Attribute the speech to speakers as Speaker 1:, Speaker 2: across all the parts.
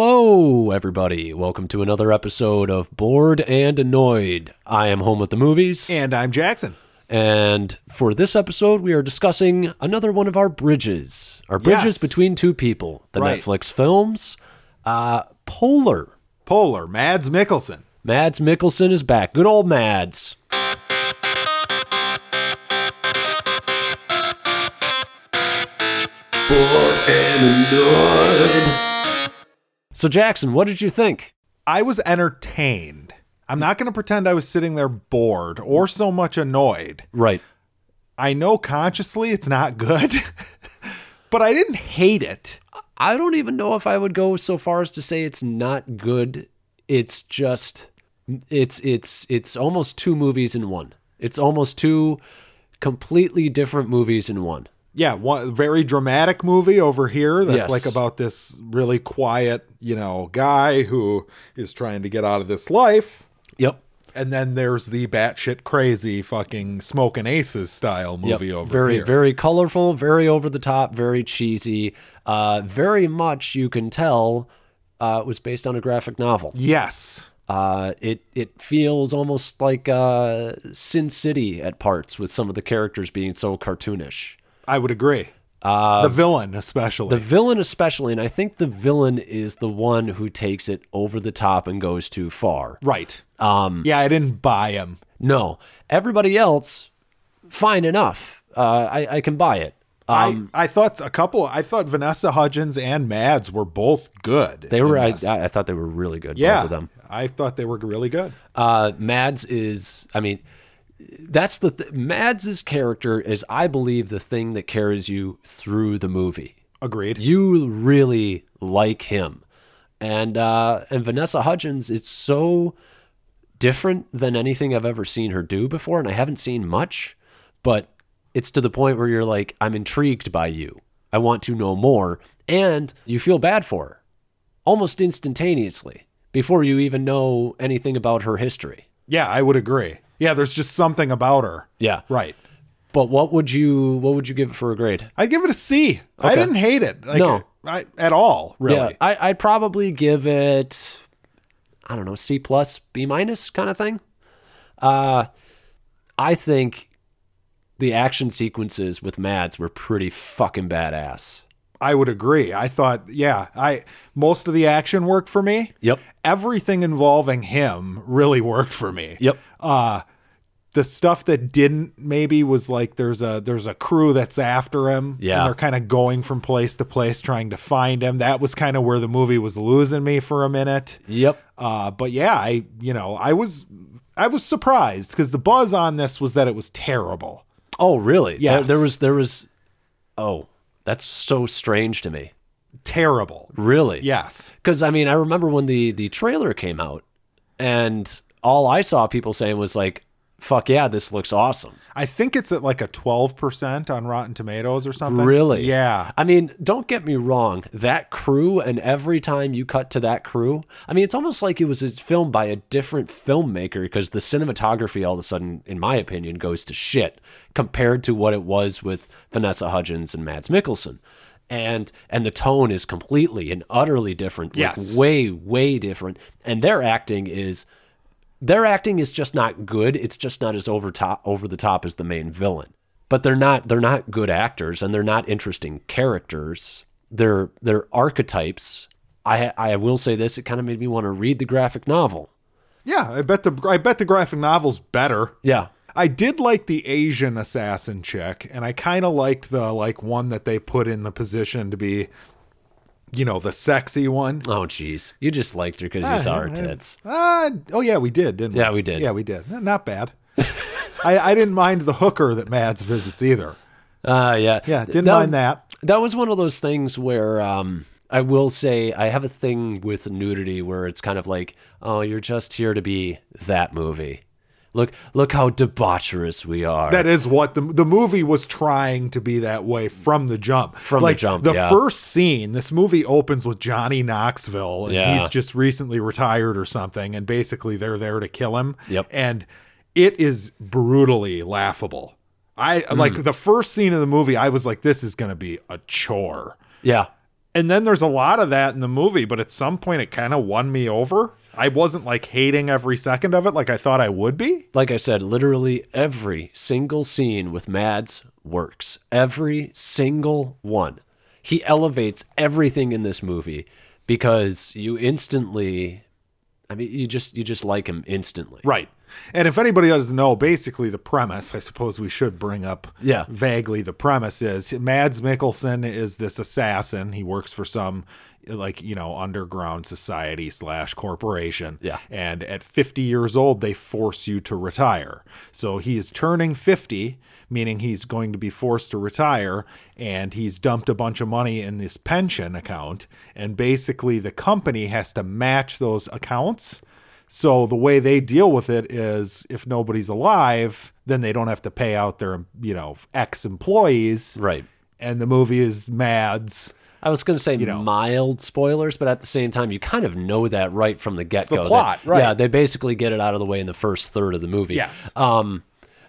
Speaker 1: Hello, everybody. Welcome to another episode of Bored and Annoyed. I am home at the movies.
Speaker 2: And I'm Jackson.
Speaker 1: And for this episode, we are discussing another one of our bridges. Our bridges
Speaker 2: Yes.
Speaker 1: between two people. The
Speaker 2: Right.
Speaker 1: Netflix films. Uh, Polar.
Speaker 2: Polar, Mads Mikkelsen.
Speaker 1: Mads Mikkelsen is back. Good old Mads. So, Jackson, what did you think?
Speaker 2: I was entertained. I'm not going to pretend I was sitting there bored or so much annoyed.
Speaker 1: Right.
Speaker 2: I know consciously it's not good, but I didn't hate it.
Speaker 1: I don't even know if I would go so far as to say it's not good. It's just it's it's it's almost two movies in one. It's almost two completely different movies in one.
Speaker 2: Yeah, one very dramatic movie over here
Speaker 1: Yes.
Speaker 2: that's like about this really quiet, you know, guy who is trying to get out of this life.
Speaker 1: Yep.
Speaker 2: And then there's the batshit crazy fucking smoke and aces style movie over
Speaker 1: very
Speaker 2: here.
Speaker 1: very colorful, very over the top, very cheesy. Uh very much you can tell uh was based on a graphic novel.
Speaker 2: yes.
Speaker 1: Uh, it it feels almost like uh, Sin City at parts, with some of the characters being so cartoonish.
Speaker 2: I would agree. Uh, the villain, especially.
Speaker 1: Um, The villain, especially, and I think the villain is the one who takes it over the top and goes too far.
Speaker 2: right. Um, yeah, I didn't buy him.
Speaker 1: No, everybody else, fine enough. Uh, I, I can buy it. Uh,
Speaker 2: I, I thought a couple. I thought Vanessa Hudgens and Mads were both good.
Speaker 1: they
Speaker 2: in
Speaker 1: were. I,
Speaker 2: this.
Speaker 1: I I thought they were really good.
Speaker 2: yeah,
Speaker 1: both of them.
Speaker 2: I thought they were really good.
Speaker 1: Uh, Mads is. I mean, that's the th- Mads's character is, I believe, the thing that carries you through the movie.
Speaker 2: Agreed.
Speaker 1: you really like him and uh and vanessa hudgens is so different than anything i've ever seen her do before and i haven't seen much but it's to the point where you're like i'm intrigued by you i want to know more and you feel bad for her almost instantaneously before you even know anything about her history
Speaker 2: yeah, I would agree. Yeah, there's just something about her.
Speaker 1: yeah
Speaker 2: Right.
Speaker 1: but what would you what would you give it for a grade
Speaker 2: I'd give it a C. I didn't hate it. Like,
Speaker 1: No.
Speaker 2: I, at all. Really.
Speaker 1: Yeah, I, I'd probably give it, I don't know, C plus, B minus kind of thing. Uh, I think the action sequences with Mads were pretty fucking badass.
Speaker 2: I would agree. I thought, yeah, I most of the action worked for me.
Speaker 1: Yep.
Speaker 2: Everything involving him really worked for me.
Speaker 1: Yep.
Speaker 2: uh the stuff that didn't maybe was like there's a there's a crew that's after him
Speaker 1: Yeah.
Speaker 2: and they're kind of going from place to place trying to find him that was kind of where the movie was losing me for a minute
Speaker 1: Yep.
Speaker 2: uh but yeah i you know i was i was surprised because the buzz on this was that it was terrible
Speaker 1: Oh, really? Yeah. There,
Speaker 2: Yes.
Speaker 1: there was, there was, oh, that's so strange to me.
Speaker 2: terrible
Speaker 1: Really?
Speaker 2: yes
Speaker 1: Because I mean, I remember when the the trailer came out, and all I saw people saying was like, "Fuck yeah, this looks awesome."
Speaker 2: i think it's at like a 12% on rotten tomatoes or something
Speaker 1: Really?
Speaker 2: yeah
Speaker 1: I mean, don't get me wrong. That crew, and every time you cut to that crew, I mean, it's almost like it was a film by a different filmmaker because the cinematography all of a sudden, in my opinion, goes to shit compared to what it was with Vanessa Hudgens and Mads Mikkelsen. And and the tone is completely and utterly different. Like
Speaker 2: Yes.
Speaker 1: way, way different. And their acting is their acting is just not good. It's just not as over top over the top as the main villain. But they're not they're not good actors and they're not interesting characters. They're they're archetypes. I I will say this, it kind of made me want to read the graphic novel.
Speaker 2: yeah i bet the i bet the graphic novel's better
Speaker 1: Yeah.
Speaker 2: I did like the Asian assassin chick, and I kind of liked the like one that they put in the position to be, you know, the sexy one.
Speaker 1: Oh jeez. You just liked her
Speaker 2: Ah,
Speaker 1: because you saw her tits.
Speaker 2: Uh, oh yeah, we did, didn't we?
Speaker 1: Yeah, we did.
Speaker 2: Yeah, we did. Eh, Not bad. I, I didn't mind the hooker that Mads visits either.
Speaker 1: Uh yeah.
Speaker 2: Yeah, didn't
Speaker 1: That-
Speaker 2: mind that.
Speaker 1: That was one of those things where um, I will say I have a thing with nudity where it's kind of like, oh, you're just here to be that movie. Look, look how debaucherous we are.
Speaker 2: That is what the the movie was trying to be that way from the jump. From
Speaker 1: the
Speaker 2: like,
Speaker 1: jump,
Speaker 2: the
Speaker 1: yeah.
Speaker 2: first scene, this movie opens with Johnny Knoxville, and
Speaker 1: Yeah.
Speaker 2: he's just recently retired or something, and basically they're there to kill him.
Speaker 1: Yep.
Speaker 2: And it is brutally laughable.
Speaker 1: Mm.
Speaker 2: I like the first scene of the movie. I was like, this is going to be a chore,
Speaker 1: yeah,
Speaker 2: And then there's a lot of that in the movie, but at some point it kind of won me over. I wasn't like hating every second of it like I thought I would be.
Speaker 1: Like I said, literally every single scene with Mads works. Every single one. He elevates everything in this movie because you instantly I mean you just you just like him instantly.
Speaker 2: Right. And if anybody doesn't know, basically the premise, I suppose we should bring up
Speaker 1: Yeah.
Speaker 2: vaguely the premise is Mads Mikkelsen is this assassin. He works for some like, you know, underground society slash corporation.
Speaker 1: Yeah.
Speaker 2: And at 50 years old, they force you to retire. So he is turning 50, meaning he's going to be forced to retire. And he's dumped a bunch of money in this pension account. And basically, the company has to match those accounts. So the way they deal with it is if nobody's alive, then they don't have to pay out their, you know, ex employees.
Speaker 1: Right.
Speaker 2: And the movie is Mads.
Speaker 1: I was going to say mild spoilers, but at the same time, you kind of know that right from the get go.
Speaker 2: plot, right.
Speaker 1: Yeah, they basically get it out of the way in the first third of the movie.
Speaker 2: Yes.
Speaker 1: Um,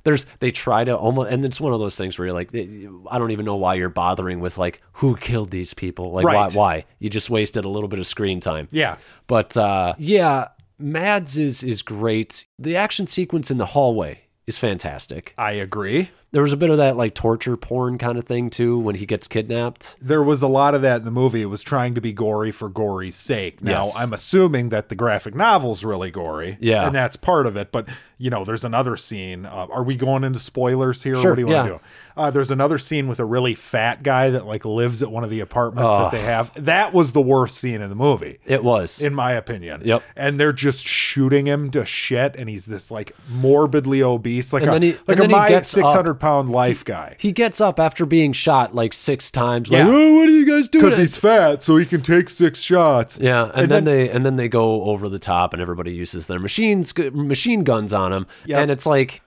Speaker 1: there's they try to almost, and it's one of those things where you're like, eh, I don't even know why you're bothering with like who killed these people. Like
Speaker 2: Right.
Speaker 1: why? Why you just wasted a little bit of screen time.
Speaker 2: Yeah.
Speaker 1: But uh, yeah, Mads is is great. The action sequence in the hallway is fantastic.
Speaker 2: I agree.
Speaker 1: There was a bit of that like torture porn kind of thing too when he gets kidnapped.
Speaker 2: there was a lot of that in the movie. It was trying to be gory for gory's sake. Now,
Speaker 1: Yes.
Speaker 2: I'm assuming that the graphic novel's really gory.
Speaker 1: Yeah.
Speaker 2: And that's part of it. But, you know, there's another scene. Uh, are we going into spoilers here?
Speaker 1: Sure,
Speaker 2: what do you want
Speaker 1: yeah.
Speaker 2: to do? Uh, there's another scene with a really fat guy that, like, lives at one of the apartments that they have. That was the worst scene in the movie.
Speaker 1: It was.
Speaker 2: In my opinion.
Speaker 1: Yep.
Speaker 2: And they're just shooting him to shit, and he's this like morbidly obese, like
Speaker 1: And
Speaker 2: a
Speaker 1: then he-
Speaker 2: like
Speaker 1: and
Speaker 2: a
Speaker 1: then he
Speaker 2: my
Speaker 1: gets up.
Speaker 2: six hundred pound life guy.
Speaker 1: He gets up after being shot like six times. Like,
Speaker 2: Yeah.
Speaker 1: oh, what are you guys doing?
Speaker 2: Because he's fat, so he can take six shots.
Speaker 1: yeah, and, then, they and then they go over the top, and everybody uses their machines machine guns on him,
Speaker 2: Yep.
Speaker 1: and it's like,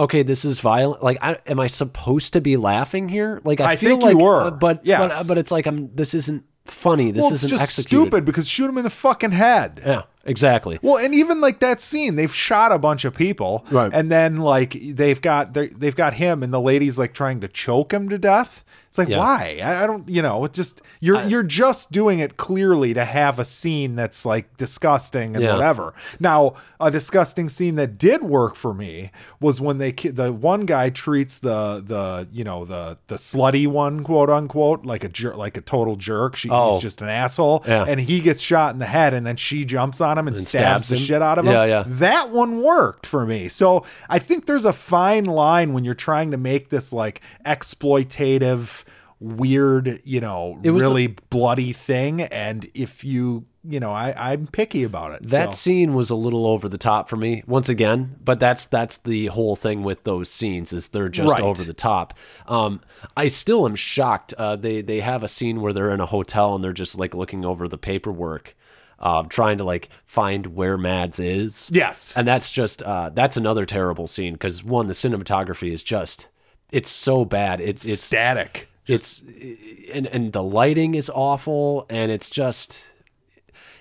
Speaker 1: okay, this is violent. Like, I, am I supposed to be laughing here? Like, I,
Speaker 2: I
Speaker 1: feel
Speaker 2: think you
Speaker 1: like, uh,
Speaker 2: were.
Speaker 1: but
Speaker 2: Yes.
Speaker 1: but, but it's like I'm. This isn't funny. This
Speaker 2: well, it's
Speaker 1: isn't
Speaker 2: just
Speaker 1: executed.
Speaker 2: stupid because shoot him in the fucking head.
Speaker 1: Yeah, exactly.
Speaker 2: Well, and even like that scene, they've shot a bunch of people,
Speaker 1: Right.
Speaker 2: And then like they've got they're- they've got him, and the lady's like trying to choke him to death. It's like
Speaker 1: Yeah.
Speaker 2: why? I, I don't, you know. It just you're you're just doing it clearly to have a scene that's like disgusting and
Speaker 1: Yeah.
Speaker 2: whatever. Now, a disgusting scene that did work for me was when they ki- the one guy treats the the you know the the slutty one quote unquote like a jerk like a total jerk. She,
Speaker 1: Oh.
Speaker 2: He's just an asshole,
Speaker 1: Yeah.
Speaker 2: and he gets shot in the head, and then she jumps on him and stabs,
Speaker 1: stabs
Speaker 2: the
Speaker 1: him.
Speaker 2: shit out of him.
Speaker 1: Yeah, yeah.
Speaker 2: That one worked for me. So I think there's a fine line when you're trying to make this like exploitative, weird, you know,
Speaker 1: was a-
Speaker 2: really bloody thing. And if you, you know, I, I'm picky about it.
Speaker 1: That
Speaker 2: So-
Speaker 1: scene was a little over the top for me once again, but that's that's the whole thing with those scenes is they're just
Speaker 2: Right.
Speaker 1: over the top. Um, I still am shocked. Uh, they they have a scene where they're in a hotel and they're just like looking over the paperwork, uh, trying to like find where Mads is.
Speaker 2: Yes.
Speaker 1: and that's just uh, that's another terrible scene because one the cinematography is just it's so bad. It's it's
Speaker 2: Static.
Speaker 1: it's and and the lighting is awful and it's just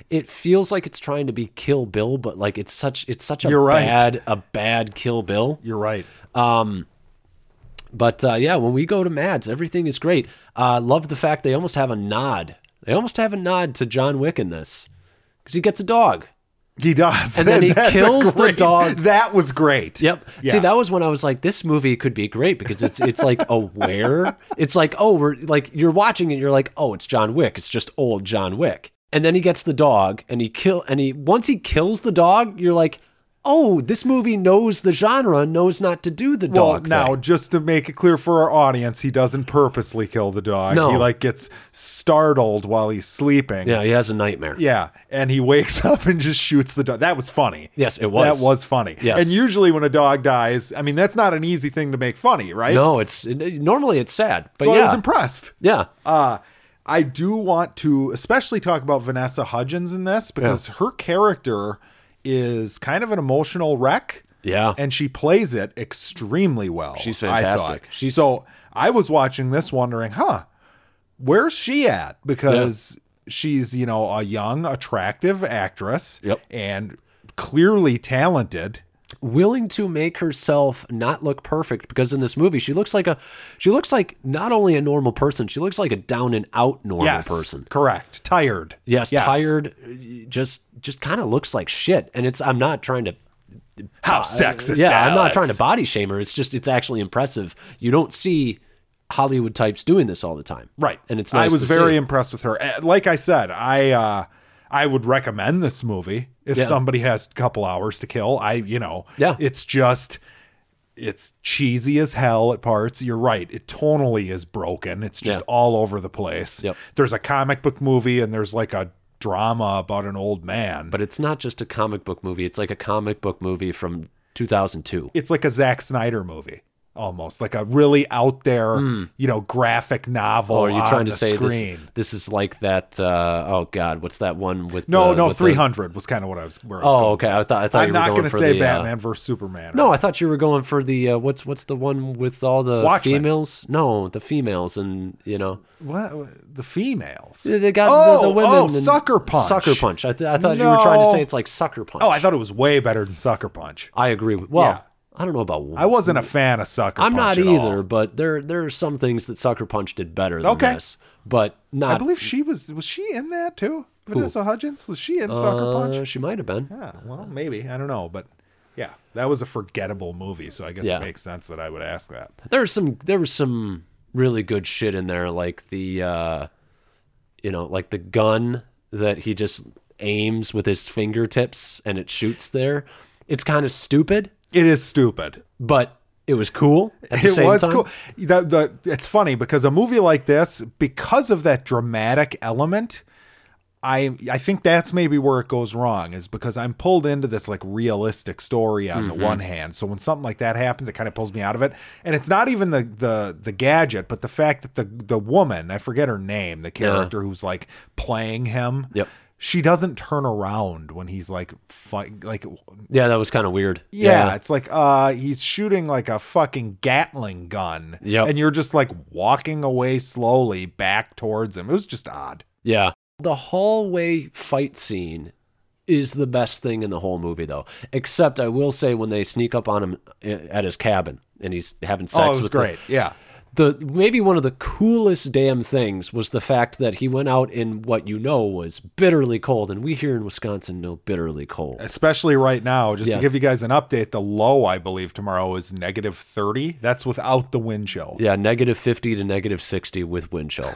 Speaker 1: it feels like it's trying to be kill bill but like it's such it's such a
Speaker 2: You're right.
Speaker 1: bad a bad kill bill
Speaker 2: You're right.
Speaker 1: but uh, yeah when we go to mads everything is great uh love the fact they almost have a nod they almost have a nod to john wick in this because he gets a dog
Speaker 2: He does.
Speaker 1: And then he
Speaker 2: That's a
Speaker 1: kills the
Speaker 2: great-
Speaker 1: dog.
Speaker 2: That was great.
Speaker 1: Yep.
Speaker 2: Yeah.
Speaker 1: See, that was when I was like, this movie could be great because it's it's like aware. It's like, oh, we're like you're watching it, you're like, oh, it's John Wick. It's just old John Wick. And then he gets the dog and he kill and he once he kills the dog, you're like, oh, this movie knows the genre and knows not to do the
Speaker 2: Well,
Speaker 1: dog.
Speaker 2: now
Speaker 1: thing.
Speaker 2: just to make it clear for our audience, he doesn't purposely kill the dog.
Speaker 1: No.
Speaker 2: He like gets startled while he's sleeping.
Speaker 1: Yeah, he has a nightmare.
Speaker 2: Yeah, and he wakes up and just shoots the dog. That was funny.
Speaker 1: Yes, it was.
Speaker 2: That was funny.
Speaker 1: Yes.
Speaker 2: And usually when a dog dies, I mean that's not an easy thing to make funny, right?
Speaker 1: No, it's normally it's sad. But
Speaker 2: so
Speaker 1: yeah.
Speaker 2: I was impressed.
Speaker 1: yeah.
Speaker 2: Uh I do want to especially talk about Vanessa Hudgens in this because her character is kind of an emotional wreck.
Speaker 1: Yeah.
Speaker 2: And she plays it extremely well.
Speaker 1: She's
Speaker 2: I thought.
Speaker 1: fantastic. She's-
Speaker 2: so I was watching this wondering, huh, where's she at? Because she's, you know, a young, attractive actress
Speaker 1: Yep.
Speaker 2: and clearly talented.
Speaker 1: willing to make herself not look perfect because in this movie she looks like a she looks like not only a normal person she looks like a down and out normal
Speaker 2: yes,
Speaker 1: person
Speaker 2: correct. Tired.
Speaker 1: yes, tired just just kind of looks like shit and it's i'm not trying to
Speaker 2: How sexist?
Speaker 1: yeah i'm not
Speaker 2: Alex.
Speaker 1: trying to body shame her it's just it's actually impressive you don't see hollywood types doing this all the time
Speaker 2: Right.
Speaker 1: and it's nice
Speaker 2: I was
Speaker 1: to
Speaker 2: very
Speaker 1: see.
Speaker 2: impressed with her. Uh, Like I said, I uh I would recommend this movie if
Speaker 1: Yeah.
Speaker 2: somebody has a couple hours to kill. I, you know,
Speaker 1: Yeah.
Speaker 2: it's just it's cheesy as hell at parts. You're right. It tonally is broken. It's just
Speaker 1: Yeah.
Speaker 2: all over the place.
Speaker 1: Yep.
Speaker 2: There's a comic book movie and there's like a drama about an old man.
Speaker 1: but it's not just a comic book movie it's like a comic book movie from 2002
Speaker 2: it's like a Zack Snyder movie. Almost like a really out there, you know, graphic novel.
Speaker 1: Or Hmm. Oh, are you
Speaker 2: on
Speaker 1: trying to
Speaker 2: the
Speaker 1: say
Speaker 2: screen.
Speaker 1: this, this is like that? Uh, oh God, what's that one with?
Speaker 2: No,
Speaker 1: the,
Speaker 2: no,
Speaker 1: with the-
Speaker 2: three hundred was kind of what I was. Where I was
Speaker 1: oh,
Speaker 2: going.
Speaker 1: okay. I thought I thought
Speaker 2: I'm
Speaker 1: you were
Speaker 2: not
Speaker 1: going
Speaker 2: gonna
Speaker 1: for
Speaker 2: say
Speaker 1: the, uh,
Speaker 2: Batman versus Superman.
Speaker 1: no, I thought you were going for the uh, what's what's the one with all the
Speaker 2: Watchmen.
Speaker 1: females? No, the females and you know
Speaker 2: what the females?
Speaker 1: Yeah, they got
Speaker 2: oh,
Speaker 1: the, the women.
Speaker 2: Oh,
Speaker 1: and-
Speaker 2: sucker punch.
Speaker 1: Sucker punch. I, th- I thought you were trying to
Speaker 2: No.
Speaker 1: say it's like sucker punch.
Speaker 2: Oh, I thought it was way better than sucker punch.
Speaker 1: I agree with. Well,
Speaker 2: Yeah.
Speaker 1: I don't know about.
Speaker 2: I wasn't a fan of sucker.
Speaker 1: I'm not
Speaker 2: punch at
Speaker 1: either,
Speaker 2: all.
Speaker 1: but there there are some things that sucker punch did better than
Speaker 2: Okay.
Speaker 1: this. But
Speaker 2: I
Speaker 1: not.
Speaker 2: believe she was. Was she in that too? Vanessa Hudgens was she in sucker
Speaker 1: Uh,
Speaker 2: punch?
Speaker 1: she might have been.
Speaker 2: Yeah. Well, maybe I don't know, but yeah, that was a forgettable movie, so I guess
Speaker 1: Yeah.
Speaker 2: it makes sense that I would ask that.
Speaker 1: there was some there was some really good shit in there like the uh you know like the gun that he just aims with his fingertips and it shoots there it's kind of stupid
Speaker 2: It is stupid.
Speaker 1: but it was cool at the
Speaker 2: it
Speaker 1: same
Speaker 2: was
Speaker 1: time.
Speaker 2: cool. The, the, it's funny because a movie like this, because of that dramatic element, I I think that's maybe where it goes wrong is because I'm pulled into this like realistic story on
Speaker 1: Mm-hmm.
Speaker 2: the one hand. So when something like that happens, it kind of pulls me out of it. And it's not even the the the gadget, but the fact that the the woman I forget her name, the character who's like playing him.
Speaker 1: Uh-huh. Yep.
Speaker 2: She doesn't turn around when he's like fight, like
Speaker 1: yeah that was kind of weird
Speaker 2: yeah, it's like uh he's shooting like a fucking Gatling gun.
Speaker 1: Yep.
Speaker 2: And you're just like walking away slowly back towards him. It was just odd.
Speaker 1: Yeah. The hallway fight scene is the best thing in the whole movie, though. Except I will say when they sneak up on him i- at his cabin and he's having sex.
Speaker 2: oh, it was
Speaker 1: with
Speaker 2: great. yeah.
Speaker 1: The, the maybe one of the coolest damn things was the fact that he went out in what you know was bitterly cold, and we here in Wisconsin know bitterly cold.
Speaker 2: Especially right now, just
Speaker 1: Yeah.
Speaker 2: to give you guys an update, the low I believe tomorrow is negative 30. That's without the wind chill.
Speaker 1: Yeah, negative 50 to negative 60 with wind chill.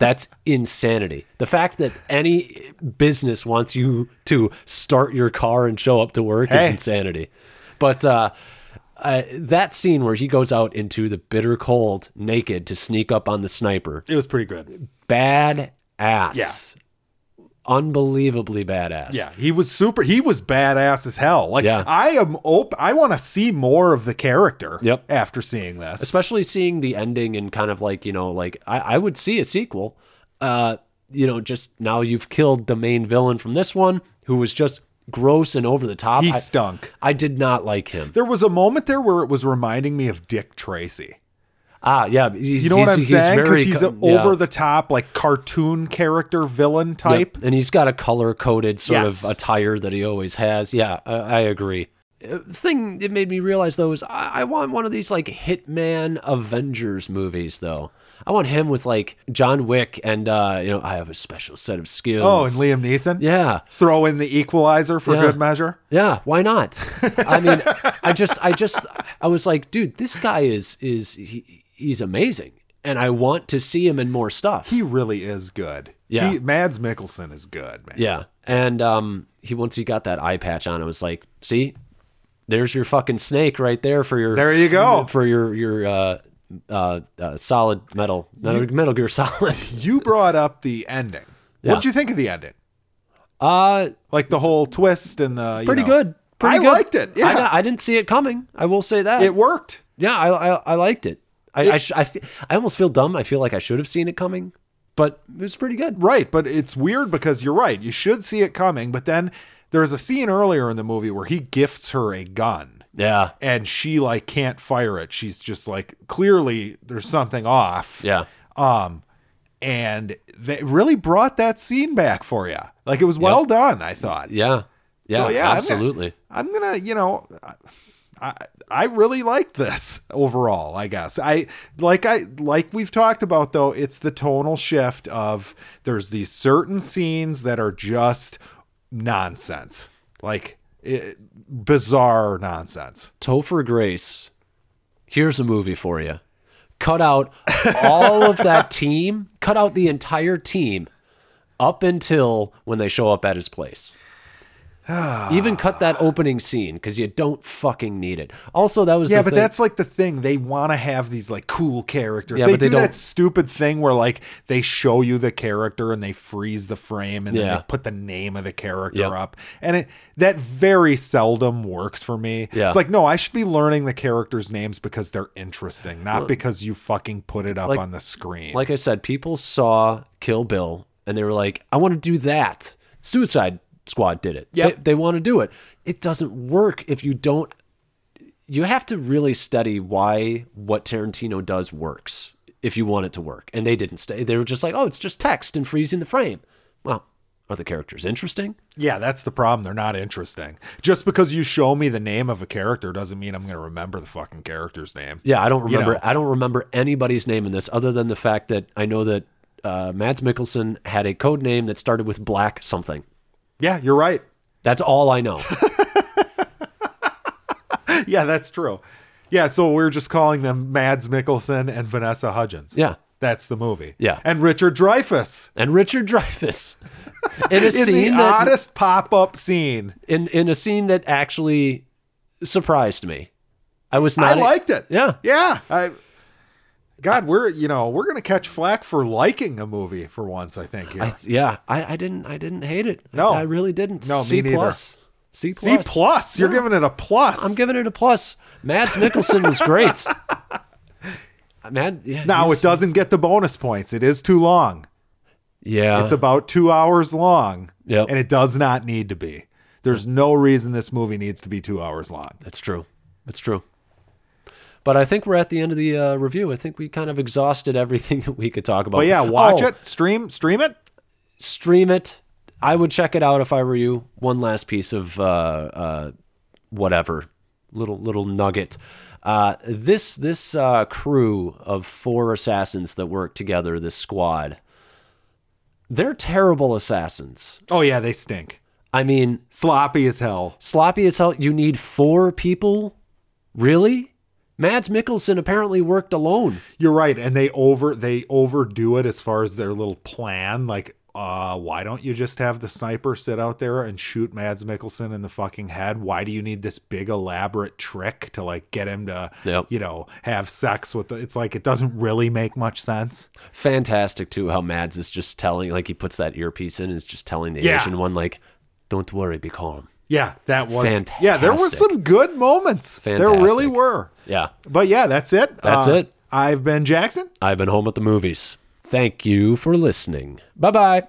Speaker 1: That's insanity. The fact that any business wants you to start your car and show up to work is
Speaker 2: Hey.
Speaker 1: insanity. But uh, uh, that scene where he goes out into the bitter cold naked to sneak up on the sniper,
Speaker 2: It was pretty good.
Speaker 1: bad ass. Unbelievably badass.
Speaker 2: Yeah, he was super. He was badass as hell. Like
Speaker 1: Yeah.
Speaker 2: I am open. I want to see more of the character.
Speaker 1: Yep.
Speaker 2: After seeing this,
Speaker 1: especially seeing the ending and kind of like you know like I, I would see a sequel uh you know just now you've killed the main villain from this one who was just gross and over the top
Speaker 2: he
Speaker 1: I,
Speaker 2: stunk.
Speaker 1: I did not like him
Speaker 2: There was a moment there where it was reminding me of Dick Tracy.
Speaker 1: ah yeah he's,
Speaker 2: You know what
Speaker 1: he's-
Speaker 2: I'm
Speaker 1: he's
Speaker 2: saying?
Speaker 1: very
Speaker 2: Because he's
Speaker 1: co-
Speaker 2: an
Speaker 1: yeah.
Speaker 2: over the top, like cartoon character villain
Speaker 1: Yep.
Speaker 2: type.
Speaker 1: and he's got a color coded sort
Speaker 2: Yes.
Speaker 1: of attire that he always has yeah I, I agree Uh, thing it made me realize though is I, I want one of these like hitman avengers movies though i want him with like john wick and uh you know i have a special set of skills
Speaker 2: Oh, and Liam Neeson.
Speaker 1: Yeah.
Speaker 2: Throw in the Equalizer for
Speaker 1: Yeah.
Speaker 2: good measure.
Speaker 1: Yeah, why not? I mean, I just I just I was like, dude, this guy is is he, he's amazing and I want to see him in more stuff.
Speaker 2: He really is good.
Speaker 1: Yeah.
Speaker 2: He, Mads Mikkelsen is good, man.
Speaker 1: yeah. And um he once he got that eye patch on, I was like, see? There's your fucking snake right there for your
Speaker 2: There you go.
Speaker 1: for your your uh uh, uh solid metal metal, metal gear solid.
Speaker 2: You brought up the ending.
Speaker 1: Yeah.
Speaker 2: What'd you think of the ending?
Speaker 1: Uh
Speaker 2: Like the whole twist and the. you
Speaker 1: pretty
Speaker 2: know-
Speaker 1: good. Pretty
Speaker 2: I
Speaker 1: good.
Speaker 2: liked it.
Speaker 1: I,
Speaker 2: Yeah.
Speaker 1: di- I didn't see it coming. I will say that.
Speaker 2: it worked.
Speaker 1: Yeah, I I, I liked it. I I, sh- I, fe- I almost feel dumb. I feel like I should have seen it coming, but it was pretty good.
Speaker 2: Right, but it's weird because you're right. You should see it coming, but then there's a scene earlier in the movie where he gifts her a gun.
Speaker 1: Yeah,
Speaker 2: and she like can't fire it. She's just like clearly there's something off.
Speaker 1: yeah,
Speaker 2: Um, and they really brought that scene back for you. Like it was well done. I thought
Speaker 1: yeah. Yeah,
Speaker 2: So, yeah, I'm-
Speaker 1: absolutely.
Speaker 2: I'm gonna, you know, I I really like this overall. I guess I like I like we've talked about though. It's the tonal shift of there's these certain scenes that are just nonsense, like it, bizarre nonsense.
Speaker 1: Topher Grace, here's a movie for you. Cut out all of that team, cut out the entire team up until when they show up at his place. Even cut that opening scene because you don't fucking need it. Also, that was
Speaker 2: Yeah,
Speaker 1: the
Speaker 2: but
Speaker 1: thing-
Speaker 2: that's like the thing. They want to have these like cool characters.
Speaker 1: Yeah,
Speaker 2: they
Speaker 1: but they
Speaker 2: do
Speaker 1: don't-
Speaker 2: that stupid thing where like they show you the character and they freeze the frame and then
Speaker 1: Yeah.
Speaker 2: they put the name of the character
Speaker 1: Yep.
Speaker 2: up. And it that very seldom works for me.
Speaker 1: Yeah.
Speaker 2: It's like, no, I should be learning the characters' names because they're interesting, not because you fucking put it up
Speaker 1: like-
Speaker 2: on the screen.
Speaker 1: like I said, people saw Kill Bill and they were like, I want to do that. Suicide Squad did it.
Speaker 2: Yep.
Speaker 1: They, want to do it. It doesn't work if you don't. You have to really study why what Tarantino does works if you want it to work. And they didn't stay. They were just like, oh, it's just text and freezing the frame. Well, are the characters interesting?
Speaker 2: yeah, that's the problem. They're not interesting. Just because you show me the name of a character doesn't mean I'm gonna remember the fucking character's name.
Speaker 1: Yeah, I don't remember.
Speaker 2: know.
Speaker 1: I don't remember anybody's name in this other than the fact that I know that uh, Mads Mikkelsen had a code name that started with black something.
Speaker 2: Yeah, you're right.
Speaker 1: That's all I know.
Speaker 2: yeah, that's true. Yeah, so we're just calling them Mads Mikkelsen and Vanessa Hudgens.
Speaker 1: Yeah.
Speaker 2: That's the movie.
Speaker 1: Yeah.
Speaker 2: And Richard Dreyfuss
Speaker 1: and Richard Dreyfuss in a
Speaker 2: in the
Speaker 1: scene that,
Speaker 2: oddest pop up scene.
Speaker 1: in in a scene that actually surprised me. I was not e-
Speaker 2: I liked it.
Speaker 1: Yeah.
Speaker 2: Yeah. I God, we're you know, we're gonna catch flack for liking a movie for once, I think. here.
Speaker 1: I, yeah, I, I didn't I didn't hate it.
Speaker 2: No.
Speaker 1: I, I really didn't.
Speaker 2: No, me
Speaker 1: C
Speaker 2: neither.
Speaker 1: plus. C
Speaker 2: C
Speaker 1: plus.
Speaker 2: plus. You're giving it a plus.
Speaker 1: I'm giving it a plus. Mads Mikkelsen was great. Mad. Yeah,
Speaker 2: now
Speaker 1: he's-
Speaker 2: it doesn't get the bonus points. It is too long.
Speaker 1: Yeah.
Speaker 2: It's about two hours long.
Speaker 1: Uh. Yep.
Speaker 2: And it does not need to be. There's no reason this movie needs to be two hours long.
Speaker 1: That's true. That's true. But I think we're at the end of the uh, review. I think we kind of exhausted everything that we could talk about.
Speaker 2: But yeah, watch
Speaker 1: Oh,
Speaker 2: it, stream, stream it.
Speaker 1: stream it. I would check it out if I were you. One last piece of uh, uh, whatever, little little nugget. Uh, this this uh, crew of four assassins that work together, this squad, they're terrible assassins.
Speaker 2: Oh yeah, they stink.
Speaker 1: I mean,
Speaker 2: Sloppy as hell.
Speaker 1: sloppy as hell. You need four people, really? Mads Mikkelsen apparently worked alone.
Speaker 2: You're right, and they over they overdo it as far as their little plan. Like, uh, why don't you just have the sniper sit out there and shoot Mads Mikkelsen in the fucking head? Why do you need this big elaborate trick to like get him to
Speaker 1: Yep.
Speaker 2: you know have sex with? The, it's like it doesn't really make much sense.
Speaker 1: Fantastic too, how Mads is just telling, like he puts that earpiece in and is just telling the
Speaker 2: Yeah.
Speaker 1: Asian one, like, "Don't worry, be calm."
Speaker 2: Yeah, that was yeah. There was
Speaker 1: Fantastic.
Speaker 2: some good moments. There really
Speaker 1: Fantastic.
Speaker 2: were.
Speaker 1: Yeah.
Speaker 2: But yeah, that's it.
Speaker 1: That's
Speaker 2: Uh,
Speaker 1: it.
Speaker 2: I've been Jackson.
Speaker 1: I've been home at the movies. Thank you for listening. Bye bye.